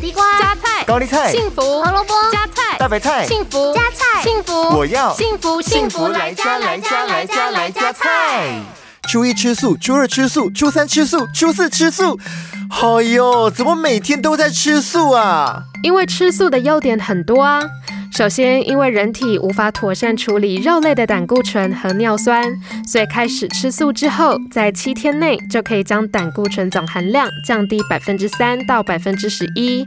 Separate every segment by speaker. Speaker 1: 地瓜、
Speaker 2: 加菜、
Speaker 3: 高丽菜、
Speaker 2: 幸福、
Speaker 1: 胡萝卜、
Speaker 2: 加菜、
Speaker 3: 大白菜、
Speaker 2: 幸福、
Speaker 1: 加菜
Speaker 2: 幸福，
Speaker 3: 我要
Speaker 2: 幸福
Speaker 3: 幸福来家来家来家来家菜。初一吃素，初二吃素，初三吃素，初四吃素。哎呦，怎么每天都在吃素啊？
Speaker 2: 因为吃素的优点很多啊。首先，因为人体无法妥善处理肉类的胆固醇和尿酸，所以开始吃素之后，在七天内就可以将胆固醇总含量降低百分之三到百分之十一。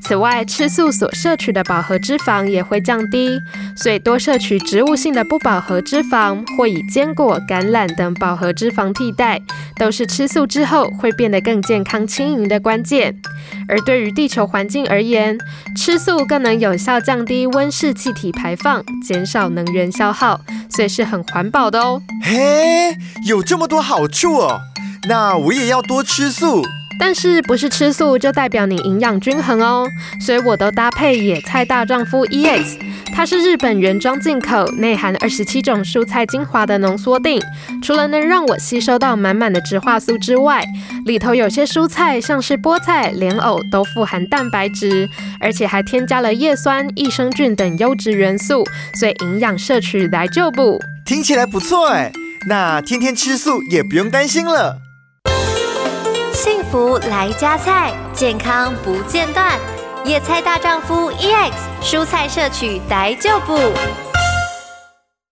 Speaker 2: 此外，吃素所摄取的饱和脂肪也会降低，所以多摄取植物性的不饱和脂肪，或以坚果、橄榄等饱和脂肪替代，都是吃素之后会变得更健康轻盈的关键。而对于地球环境而言，吃素更能有效降低温室气体排放，减少能源消耗，所以是很环保的哦。
Speaker 3: 嘿，有这么多好处哦，那我也要多吃素。
Speaker 2: 但是不是吃素就代表你营养均衡哦，所以我都搭配野菜大丈夫 EX，它是日本原装进口、内含二十七种蔬菜精华的浓缩定。除了能让我吸收到满满的植化素之外，里头有些蔬菜像是菠菜、莲藕都富含蛋白质，而且还添加了叶酸、益生菌等优质元素，所以营养摄取来就补。
Speaker 3: 听起来不错哎，那天天吃素也不用担心了。
Speaker 1: 幸福来加菜，健康 E 不间断。野菜大丈夫 EX，蔬菜摄取逮就补。